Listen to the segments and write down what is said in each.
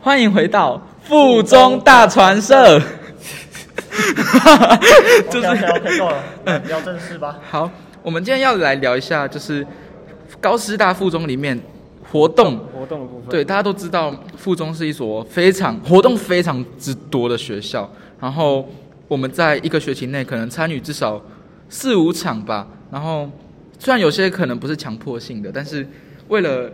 欢迎回到附中大传社。 就 OK OK 够了，比较正式吧。好，我们今天要来聊一下，就是高师大附中里面活动。活动的部分。对，大家都知道，附中是一所非常活动非常之多的学校。然后我们在一个学期内可能参与至少四五场吧。然后虽然有些可能不是强迫性的，但是为了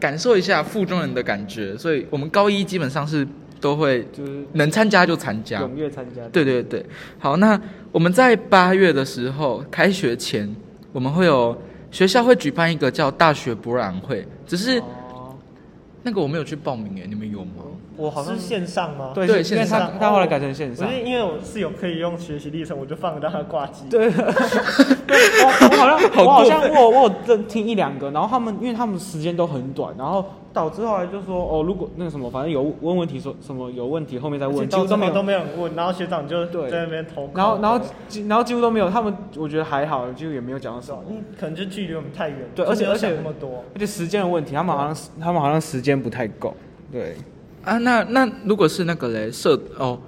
感受一下附中人的感觉，所以我们高一基本上是都会就是能参加就参加。踊跃参加。对对对，好，那我们在八月的时候，开学前，我们会有学校会举办一个叫大学博览会，只是哦，那个我没有去报名诶，你们有吗？我好像是线上吗？对，对因为线上他他后来改成线我上。是因为我室友可以用学习历程，我就放着让他挂机。对，我我好像好我好过像我我有认听一两个，然后他们因为他们时间都很短，然后导致后来就说哦，如果那个什么，反正有问问题说什么有问题后面再而且问，几到乎最都没后都有。没有人问，然后学长就对在那边投稿。然后然后几然后几乎都没有，他们我觉得还好，就也没有讲到什么。嗯，可能就距离我们太远，对就而且没有而且想那么多。而且时间的问题，他们好像他们好像时间不太够。对，啊，那那如果是那个嘞社哦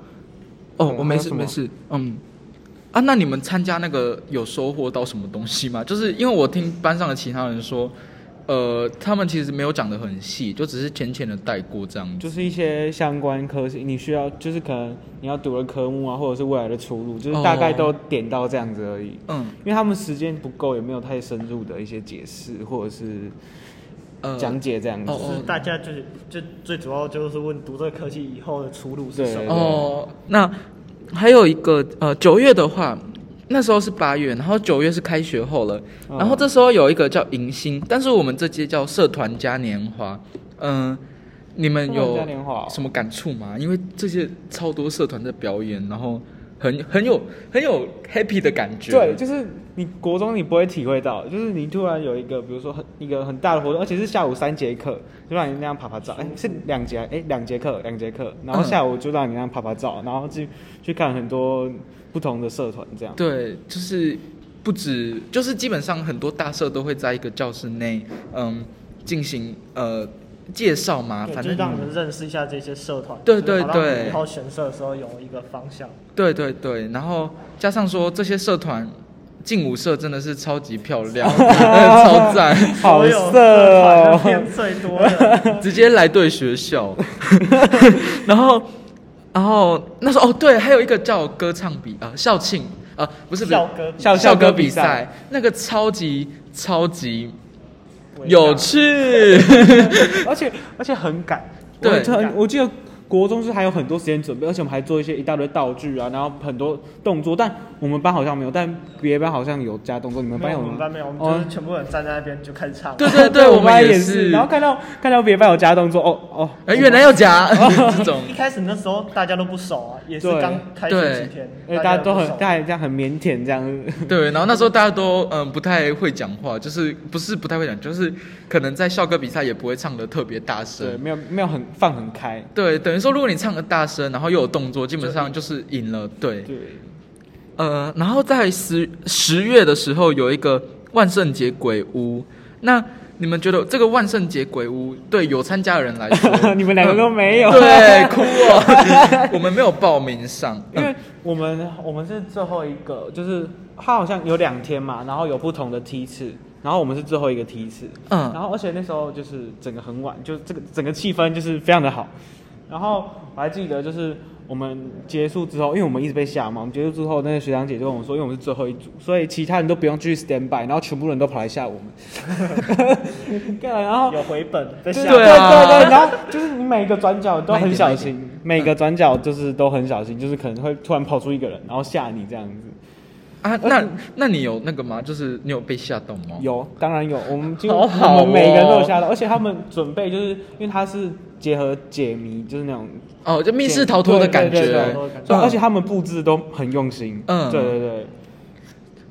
哦，嗯我没还有事什么没事，嗯啊，那你们参加那个有收获到什么东西吗？ 就是因为我听班上的其他人说，呃，他们其实没有讲的很细，就只是浅浅的带过这样子。就是一些相关科系，你需要就是可能你要读的科目啊，或者是未来的出路，就是大概哦都点到这样子而已。嗯因为他们时间不够，也没有太深入的一些解释或者是呃，讲解这样子。哦就是大家就是就最主要就是问读这个科技以后的出路是对什么。哦，那还有一个呃，九月的话，那时候是八月，然后九月是开学后了，嗯然后这时候有一个叫迎新，但是我们这届叫社团嘉年华，嗯、你们社团有嘉年华哦什么感触吗？因为这些超多社团在表演，然后很很有很有 happy 的感觉，对，就是你国中你不会体会到，就是你突然有一个，比如说很一个很大的活动，而且是下午三节课，就让你那样拍拍照，哎、是两节，哎、两节课，两节课，然后哦嗯下午就让你那样拍拍照，然后去去看很多不同的社团这样。对，就是不止，就是基本上很多大社都会在一个教室内，嗯，进行呃介绍嘛，对，反就正是让我们认识一下这些社团，对就是对好让我们对以后选社的时候有一个方向。对对对，然后加上说这些社团，劲舞社真的是超级漂亮，超赞，好所有色社团的哦片！最多的，直接来对学校。 然后，然后那时候哦对，还有一个叫歌唱比啊、校庆啊、不是不是校歌校校歌歌比比赛赛，那个超级超级有趣。 而且而且很赶，对我很我记得国中是还有很多时间准备，而且我们还做一些一大堆道具啊，然后很多动作，但我们班好像没有，但别班好像有加动作，你们没班有有我们吗？班没有，我们哦就是全部人站在那边就开始唱。对对 对，我们班也是。然后看到看到别班有加动作，哦哦，哎，原来要夹这种一开始那时候大家都不熟啊，也是对刚开学几天，哎，大家都很不熟大家这样很腼腆这样 子，对，然后那时候大家都嗯不太会讲话，就是不是不太会讲，就是可能在校歌比赛也不会唱的特别大对，声。没有没有很放很开，对，等于说如果你唱的大声，然后又有动作，基本上就是赢了。对，对，，呃，然后在十十月的时候有一个万圣节鬼屋，那你们觉得这个万圣节鬼屋对有参加的人来说 你们两个都 没有，对哭哦， 我们没有报名上，嗯因为我们我们是最后一个，就是它好像有两天嘛，然后有不同的梯次，然后我们是最后一个梯次，嗯然后而且那时候就是整个很晚，就这个整个气氛就是非常的好，然后我还记得就是我们结束之后，因为我们一直被吓嘛，我们结束之后，那个学长姐就跟我说，因为我们是最后一组，所以其他人都不用去 stand by，然后全部人都跑来吓我们， 对，然后有回本在对下对啊对对对，然后就是你每个转角都很小慢心，每个转角就是都很小心，就是可能会突然跑出一个人，然后吓你这样子。啊，那那你有那个吗？就是你有被吓到吗？嗯有，当然有，我们 几好乎好哦我们每个人都有吓到，而且他们准备就是因为它是结合解谜，就是那种哦，就密室逃脱的感对对对觉对，嗯所以而且他们布置都很用心。嗯对对对，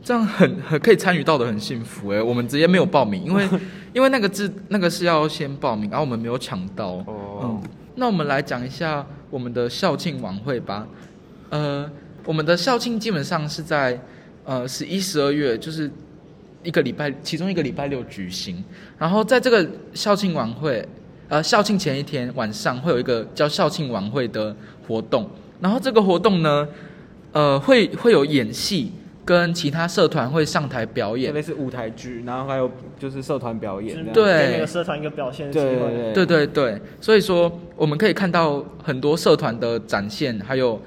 这样很很可以参与到的很幸福哎。我们直接没有报名， 因为因为那个字那个是要先报名，然、后我们没有抢到。哦嗯，那我们来讲一下我们的校庆晚会吧。呃，我们的校庆基本上是在呃十一、十二月，就是一个礼拜，其中一个礼拜六举行。然后在这个校庆晚会，啊、呃校庆前一天晚上会有一个叫校庆晚会的活动，然后这个活动呢，呃，会会有演戏，跟其他社团会上台表就演类。似舞台剧，然后还有就是社团表演这样。对给每个社团一个表现的机对会。对对对对，所以说我们可以看到很多社团的展现，还有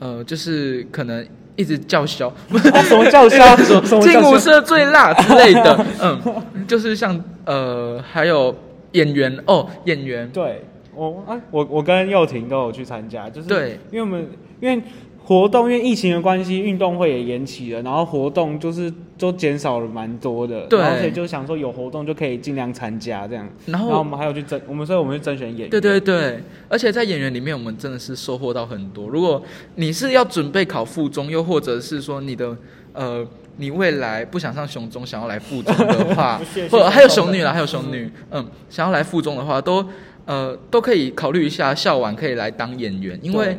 呃，就是可能一直叫嚣，哦 什么 叫嚣？什么什么劲叫舞嚣？社最辣之类的，嗯，就是像呃，还有演员哦，演员，对，我啊，我我跟佑廷都有去参加，就是对因为我们因为活动，因为疫情的关系，运动会也延期了，然后活动就是都减少了蛮多的，对然后所以就想说有活动就可以尽量参加这样。然后我们还有去甄，我们所以我们去甄选演员。对对对，而且在演员里面，我们真的是收获到很多。如果你是要准备考附中，又或者是说你的呃，你未来不想上雄中，想要来附中的话 不屑，或去者高还有中雄女啦，还有雄女，嗯，想要来附中的话，都呃都可以考虑一下校晚可以来当演员，因为对。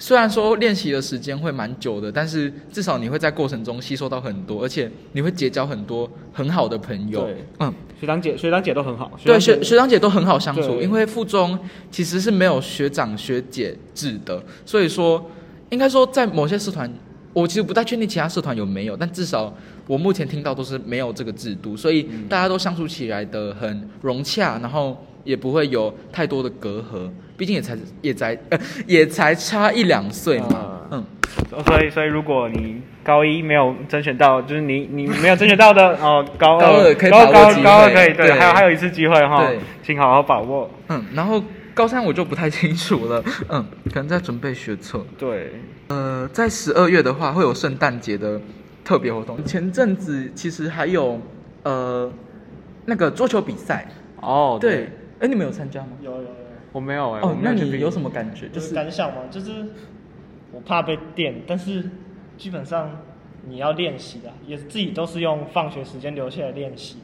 虽然说练习的时间会蛮久的，但是至少你会在过程中吸收到很多，而且你会结交很多很好的朋友对。嗯，学长姐学长姐都很好。对长姐学学长姐都很好相处，对因为附中其实是没有学长学姐制的，所以说应该说在某些社团，我其实不太确定其他社团有没有，但至少我目前听到都是没有这个制度，所以嗯大家都相处起来的很融洽，然后也不会有太多的隔阂，毕竟也才也才、 呃、也才差一两岁嘛，啊嗯，所以，所以如果你高一没有甄选到，就是你你没有甄选到 的哦，高高二二可以把高握高机会高二可以对，对还有还有一次机会哈对，请好好把握。嗯，然后高三我就不太清楚了，嗯，可能在准备学测。对，呃，在十二月的话，会有圣诞节的特别活动。前阵子其实还有呃那个桌球比赛，哦对，哎，、你们有参加吗？有有有，我没有哎、我哦，没那有去你比有什么感觉？就就是是感想嘛，就是我怕被电，但是基本上你要练习啊，也自己都是用放学时间留下来练习。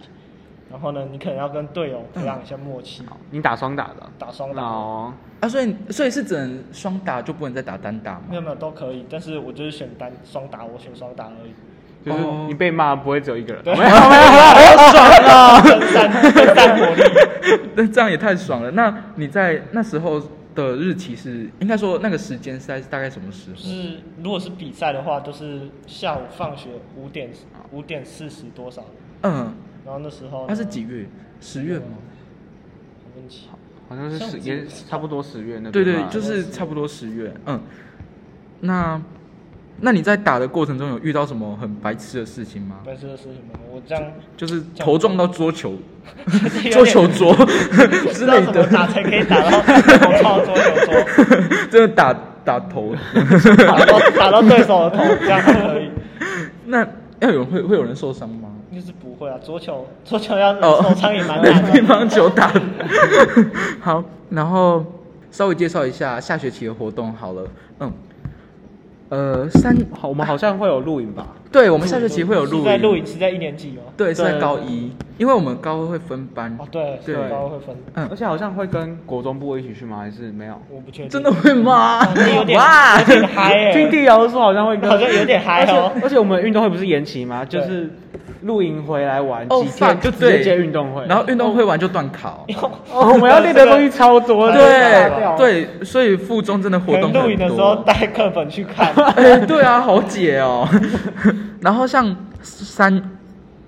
然后呢，你可能要跟队友培养一下默契，你打双打的？打双打哦，啊，所以所以是只能双打，就不能再打单打吗？没 有没有都可以，但是我就是选单双打，我选双打而已。就是哦你被骂不会只有一个人。对没有没有没有， 分散分散火力，那这样也太爽了。那你在那时候的日期是，应该说那个时间是在大概什么时就候？是如果是比赛的话，就是下午放学五点五点四十多少，嗯，然后那时候呢那是几？月？十月吗？我问起好像是十也差不多十月那边吧。对对，就是差不多十月。嗯，那那你在打的过程中有遇到什么很白痴的事情吗？但是是什么？我这样就是这样头撞到桌球、就是桌有点球桌之类不知道怎么打的，才可以打到头套桌球桌，真的打打头。 打到打到对手的头，这样才可以。那要有人会会有人受伤吗？就是不会啊，桌球桌球要哦手枪也蛮对难乒的。乓球打的。 好，然后稍微介绍一下下学期的活动好了。嗯，呃，三，好，我们好像会有录影吧？对我们下学期会有录是在录影，影是在一年级哦。对，是在对高一，因为我们高二会分班哦，，对，对高二会分，嗯而且好像会跟国中部一起去吗？还是没有？我不确定。真的会吗哦那有？点哇有，点嗨耶听地瑶说好像会 跟，好像有点嗨哦而且而且我们运动会不是延期吗？就是露营回来玩哦几天 fuck，就直接接对运动会，然后运动会完就断考， 哦我们要练的东西超多的，炸掉对，对，所以附中真的活 可动很多。能录影的时候带课本去看，哎，对啊，好解哦。 然后像三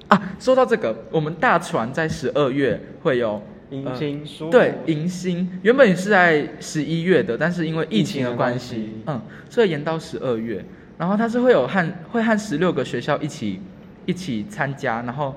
啊，说到这个，我们大船在十二月会有呃迎新书对迎新，原本是在十一月的，但是因为疫情的关疫系情，嗯，所以延到十二月。然后它是会有和会和十六个学校一起一起参加，然后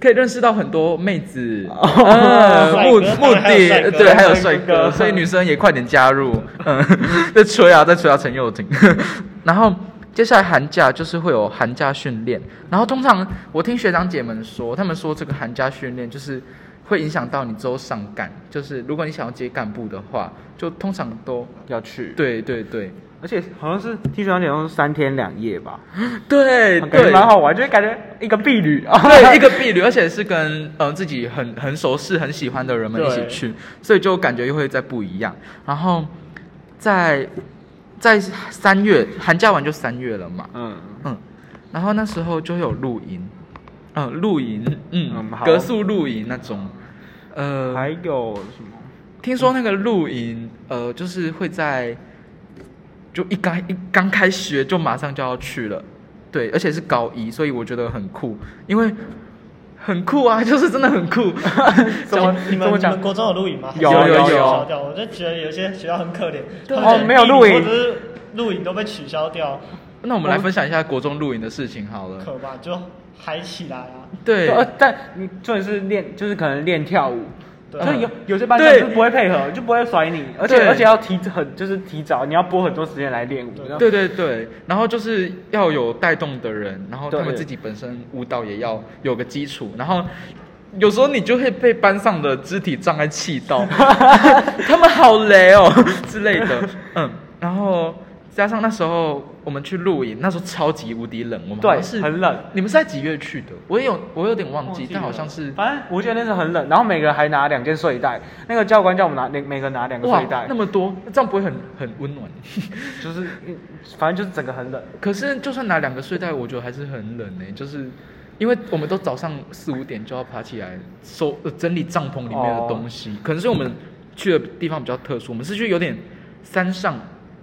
可以认识到很多妹 子，嗯哦帅哥目当然目还有帅的哥对，还有还有帅帅哥， 哥所以女生也快点加入，嗯， 在吹啊，在吹啊，陈佑廷。 然后接下来寒假就是会有寒假训练，然后通常我听学长姐们说，他们说这个寒假训练就是会影响到你之后上干，就是如果你想要接干部的话，就通常都要去，对对对而且好像是听学长姐说是三天两夜吧，对感觉对，蛮好玩，就是感觉一个婢女啊， 对，一个避旅，而且是跟嗯、呃自己很很熟识、很喜欢的人们一起对去，所以就感觉又会再不一样。然后在在三月寒假完就三月了嘛，嗯。嗯，然后那时候就会有露营，嗯、露营，嗯，嗯好格宿露营那种，呃，嗯还有什么？听说那个露营，呃，就是会在就一刚一刚开学就马上就要去了，对，而且是高一，所以我觉得很酷，因为很酷啊， 就是真的很酷。怎么你们怎么你讲们？国中有录影吗？有还是有被取有消掉，我就觉得有些学校很可怜，对他们哦连没有地录影或者是录影都被取消掉，那我们来分享一下国中露营的事情好了。可吧？就嗨起来啊！对，呃但你重点是练，就是可能练跳舞，对就有有些班上对就是不会配合，就不会甩你，而对且而且要提很就是提早，你要拨很多时间来练舞。对然后对对对，然后就是要有带动的人，然后他们对自己本身舞蹈也要有个基础，然后有时候你就会被班上的肢体障碍气 到，他们好雷哦之类的，嗯，然后加上那时候我们去露营，那时候超级无敌冷，我们好像对是很冷。你们是在几月去的？我也有我有点忘记，但好像是反正我记得那是很冷，然后每个人还拿两件睡袋，那个教官叫我们拿每每个人拿两个哇睡袋那，么多，那这样不会很很温暖？就是嗯反正就是整个很冷。可是就算拿两个睡袋，我觉得还是很冷呢、就是因为我们都早上四五点就要爬起来收、呃、整理帐篷里面的东西，可能是我们去的地方比较特殊，我们是去有点山上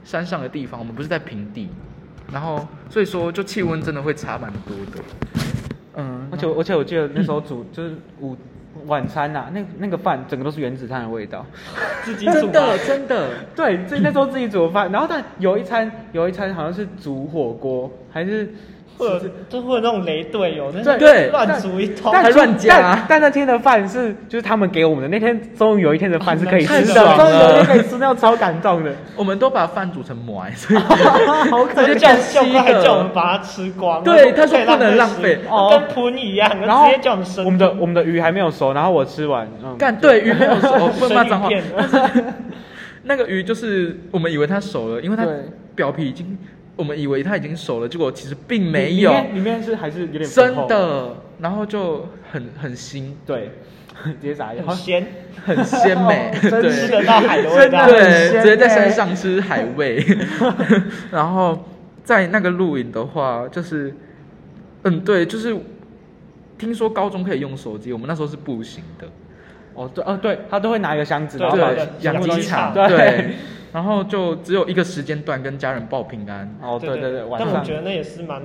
山上的地方，我们不是在平地，然后所以说就气温真的会差蛮多的。嗯，而且我而且我记得那时 候煮就是午晚餐呐、那那个饭整个都是原子弹的味道。自己煮真吧的，真的，对，自己那时候自己煮的饭，然后但有一餐有一餐好像是煮火锅，还是会有就会有那种雷队友，真对的对乱煮一通，但还乱但加但那天的饭是就是他们给我们的，那天终于有一天的饭是可以太吃的，爽终于有一了天可以吃到，超感动的。我们都把饭煮成馍、欸，所以好可就怜。叫可惜教官还了叫我们把它吃光，对他他说不能浪费哦跟喷一样，然后直接叫我们生。我们的我们的鱼还没有熟，然后我吃完，嗯，干对鱼没有熟， 我不能骂生鱼脏话片。 那个鱼就是我们以为它熟了，因为它对表皮已经，我们以为它已经熟了，结果其实并没里有，面里面是还是有点真厚，的。然后就很很腥，对， 直接傻眼，很鲜，很鲜 美哦，真对，吃得到海的味真道。的很对，鲜直接在欸山上吃海味。 然后在那个露营的话，就是，嗯，对，就是听说高中可以用手机，我们那时候是不行的。哦对哦对，他都会拿一个箱子，对然后把对，养养鸡鸡场场对，然后就只有一个时间段跟家人报平安。哦对对对，晚但我 上觉得那也是蛮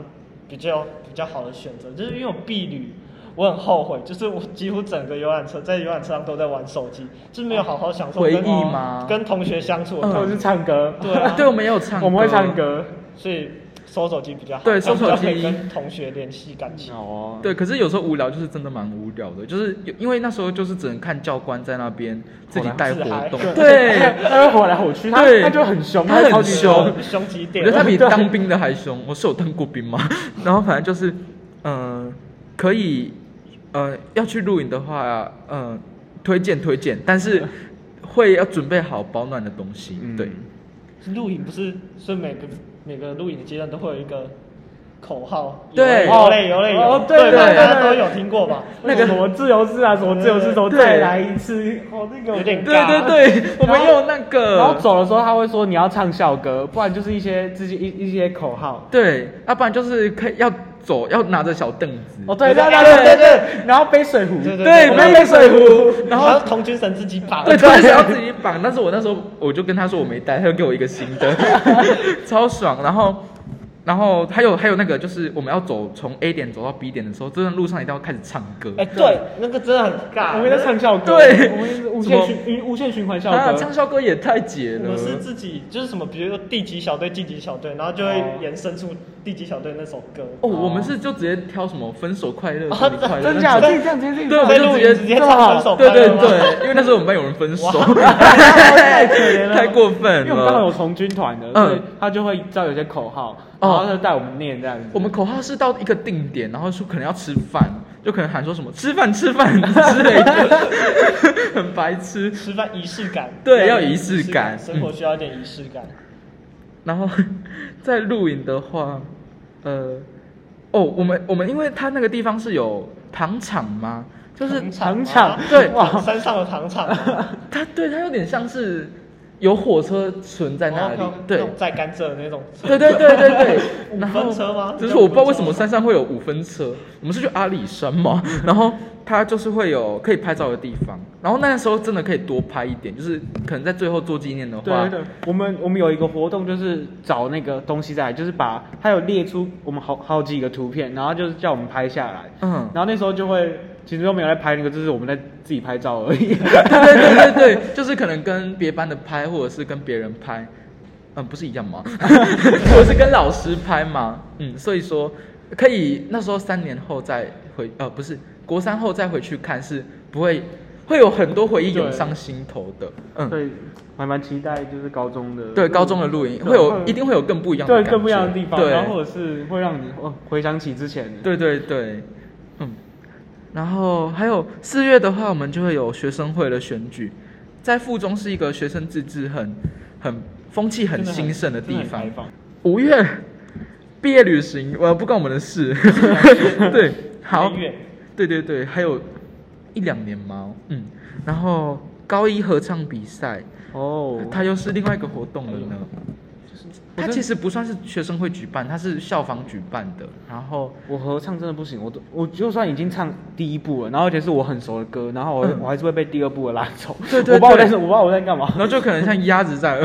比较比较好的选择，就是因为我避旅，我很后悔，就是我几乎整个游览车在游览车上都在玩手机，就是没有好好享受回跟忆吗跟同学相处的嗯或感者觉，是唱歌，对 啊对，我们也有唱歌，我们会唱。歌。所以收手机比较好，对这样收手比较可以机跟同学联系感情。哦，对，可是有时候无聊就是真的蛮无聊的，就是有因为那时候就是只能看教官在那边自己带活动自嗨，对， 他会火来火去，他对他就很凶，他很超级凶凶几嗯我点觉得？他比当兵的还凶。我是有当过兵 吗？然后反正就是，嗯、可以，呃，要去露营的话，嗯、推荐推荐，但是会要准备好保暖的东西，嗯对。露营不是，所以每个每个露营的阶段都会有一个口号，对有嘞有嘞有，哦对对吧对大家对都对有听过吧？那个什么自由式啊，什么自由式，什么对再来一次，哦，那个我有点对对对，我 然们后也有那个，然后走的时候他会说你要唱校歌，不然就是一些自己一一些口号。对，要不然就是可以要走要拿着小凳子，哦，对对对对对对对对，然后背水壶，对对，我不们要有背水壶，然然后后。童军绳自己绑，对，他想要自己绑，但是我那时候我就跟他说我没带，他就给我一个新 的，超爽。然后，然后还有还有那个就是我们要走从 A 点走到 B 点的时候，这段路上一定要开始唱歌，哎、对，那个真的很尬。我们在唱校歌，对我们是无什么限循无限循环校啊，歌唱。校歌也太解我了们。是自己就是什么，比如说第几小队、第几小队，然后就会延伸出第几小队那首歌。哦，我们是就直接挑什么分手快乐、哦祝你快乐，真假？那自种己这样直接自己对，我唱们在就录直影接直接唱分手对快乐对吗对，因为那时候我们班有人分手，太可怜 了太过分因为我们刚好了有。从军团的，嗯所以他就会知道有些口号，然后他就带我们念这样子。我们口号是到一个定点，然后说可能要吃饭，就可能喊说什么“吃饭吃饭”之类的，很白痴。吃饭仪式感，对要要仪式感生活需要一点仪式感。然后在露营的话，呃，哦，我们我们因为它那个地方是有糖厂嘛，就是糖厂啊吗糖厂嗯对哇，山上有糖厂吗，啊它对它有点像是有火车存在那里然后，对那种在甘蔗的那种车，对对对对 对五，然后分车吗就是我不知道为什么山上会有五分车，我们是去阿里山 嘛，然后它就是会有可以拍照的地方，然后那时候真的可以多拍一点，就是可能在最后做纪念的对话，对对，我们我们有一个活动，就是找那个东西在，就是把它有列出我们好好几个图片，然后就是叫我们拍下来。嗯然后那时候就会，其实都没有在拍那个，就是我们在自己拍照而已。对对对对对，就是可能跟别班的拍，或者是跟别人拍，嗯，不是一样吗？我是跟老师拍嘛，嗯，所以说可以那时候三年后再回，呃，不是国三后再回去看，是不会会有很多回忆涌上心头的， 所嗯，以我还蛮期待，就是高中的对，高中的录影会有一定会有更不一样的对感觉更不一样的地方，对然后或者是会让你哦回想起之前的对对对，嗯，然后还有四月的话，我们就会有学生会的选举，在附中是一个学生自治很很风气很真的兴盛的真地很方开。放五月毕业旅行，呃，不关我们的 事。对，好很远，对对对，还有一两年嘛，嗯，然后高一合唱比赛，哦，它又是另外一个活动了呢。它我真其实不算是学生会举办，它是校方举办的。然后我合唱真的不行，我都我就算已经唱第一部了，然后而且是我很熟的歌，然后我、嗯我还是会被第二部的拉走。 对对我不知道我在对我不知道我在干嘛然。后就可能像鸭子在，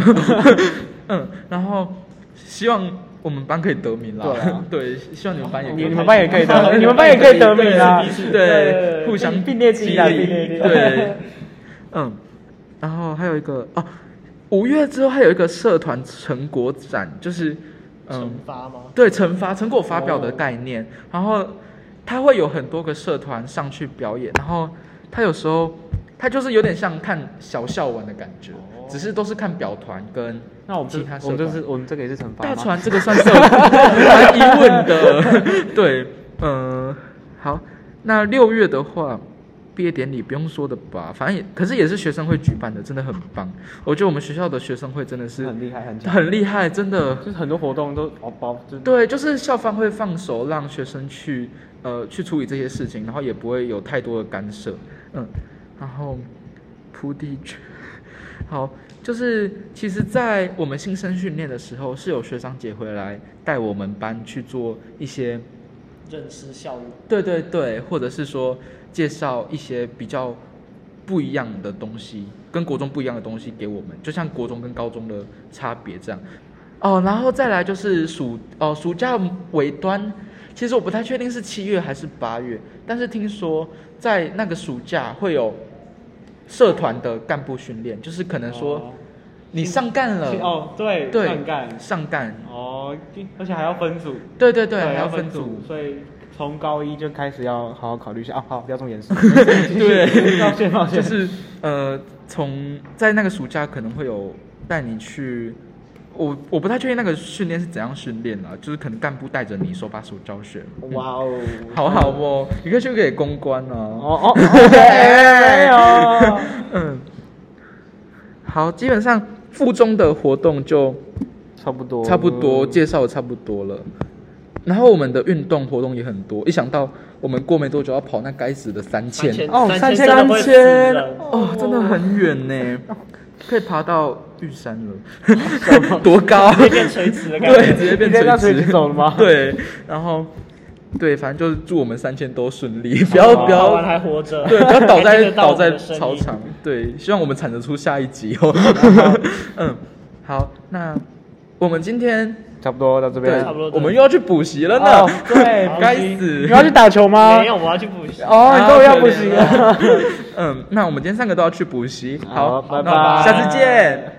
嗯，然后希望我们班可以得名啦。对啊对希望你们班也可你以。你们班也可以 得，你们班也可以得名啊！对，互相并列激励，励并列激励对，嗯，然后还有一个哦，五月之后还有一个社团成果展，就是惩嗯，罚吗？对，惩罚成果发表的概念，然后它会有很多个社团上去表演，然后它有时候它就是有点像看小校玩的感觉，只是都是看表团跟那我们其这他社我们这团是我们这个也是惩罚大吗船这个算是我蛮疑问 的，对，嗯、好，那六月的话，毕业典礼不用说的吧，反正也可是也是学生会举办的，真的很棒。我觉得我们学校的学生会真的是很厉害，很强，很厉害，真的就。是很多活动都哦包，就是对，就是校方会放手让学生去呃去处理这些事情，然后也不会有太多的干涉，嗯，然后铺地区，好，就是其实，在我们新生训练的时候，是有学长姐回来带我们班去做一些，认识校园，对对对，或者是说介绍一些比较不一样的东西，跟国中不一样的东西给我们，就像国中跟高中的差别这样。哦，然后再来就是暑哦，暑假尾端，其实我不太确定是七月还是八月，但是听说在那个暑假会有社团的干部训练，就是可能说哦你上干了，哦对对，灌干上干，哦，而且还要分组，对对对，还要要分组，所以从高一就开始要好好考虑一下啊，好不要这么 严肃，对抱歉哦抱歉，就是呃，从在那个暑假可能会有带你去，我我不太确定那个训练是怎样训练啦，就是可能干部带着你手把手教学，哇 哦，好好哦，你可以去给公关哦。哦哦，哎呦，嗯，好，基本上附中的活动就差不多，差不多哦介绍得差不多了。然后我们的运动活动也很多，一想到我们过没多久要跑那该死的三千，三千哦三三千真的会死千人哦，真的很远呢，哦可以爬到玉山哦了， 多高？啊直接变垂直的感 对，觉。直接变你在那垂垂直直走了吗 对，然后对，反正就是祝我们三千都顺利，不哦要不跑完要。还活着，对，不要 倒 还听在得到倒我们在的声音操。场。对，希望我们产得出下一集 哦。嗯，好，那我们今天差不多到这对边差，不多，我们又要去补习了哦呢。对， 该你死。要去打球吗没？有，我要去补习。哦，你跟我要不行 啊可怜了嗯，那我们今天三个都要去补习。好，好拜那我们拜下次见。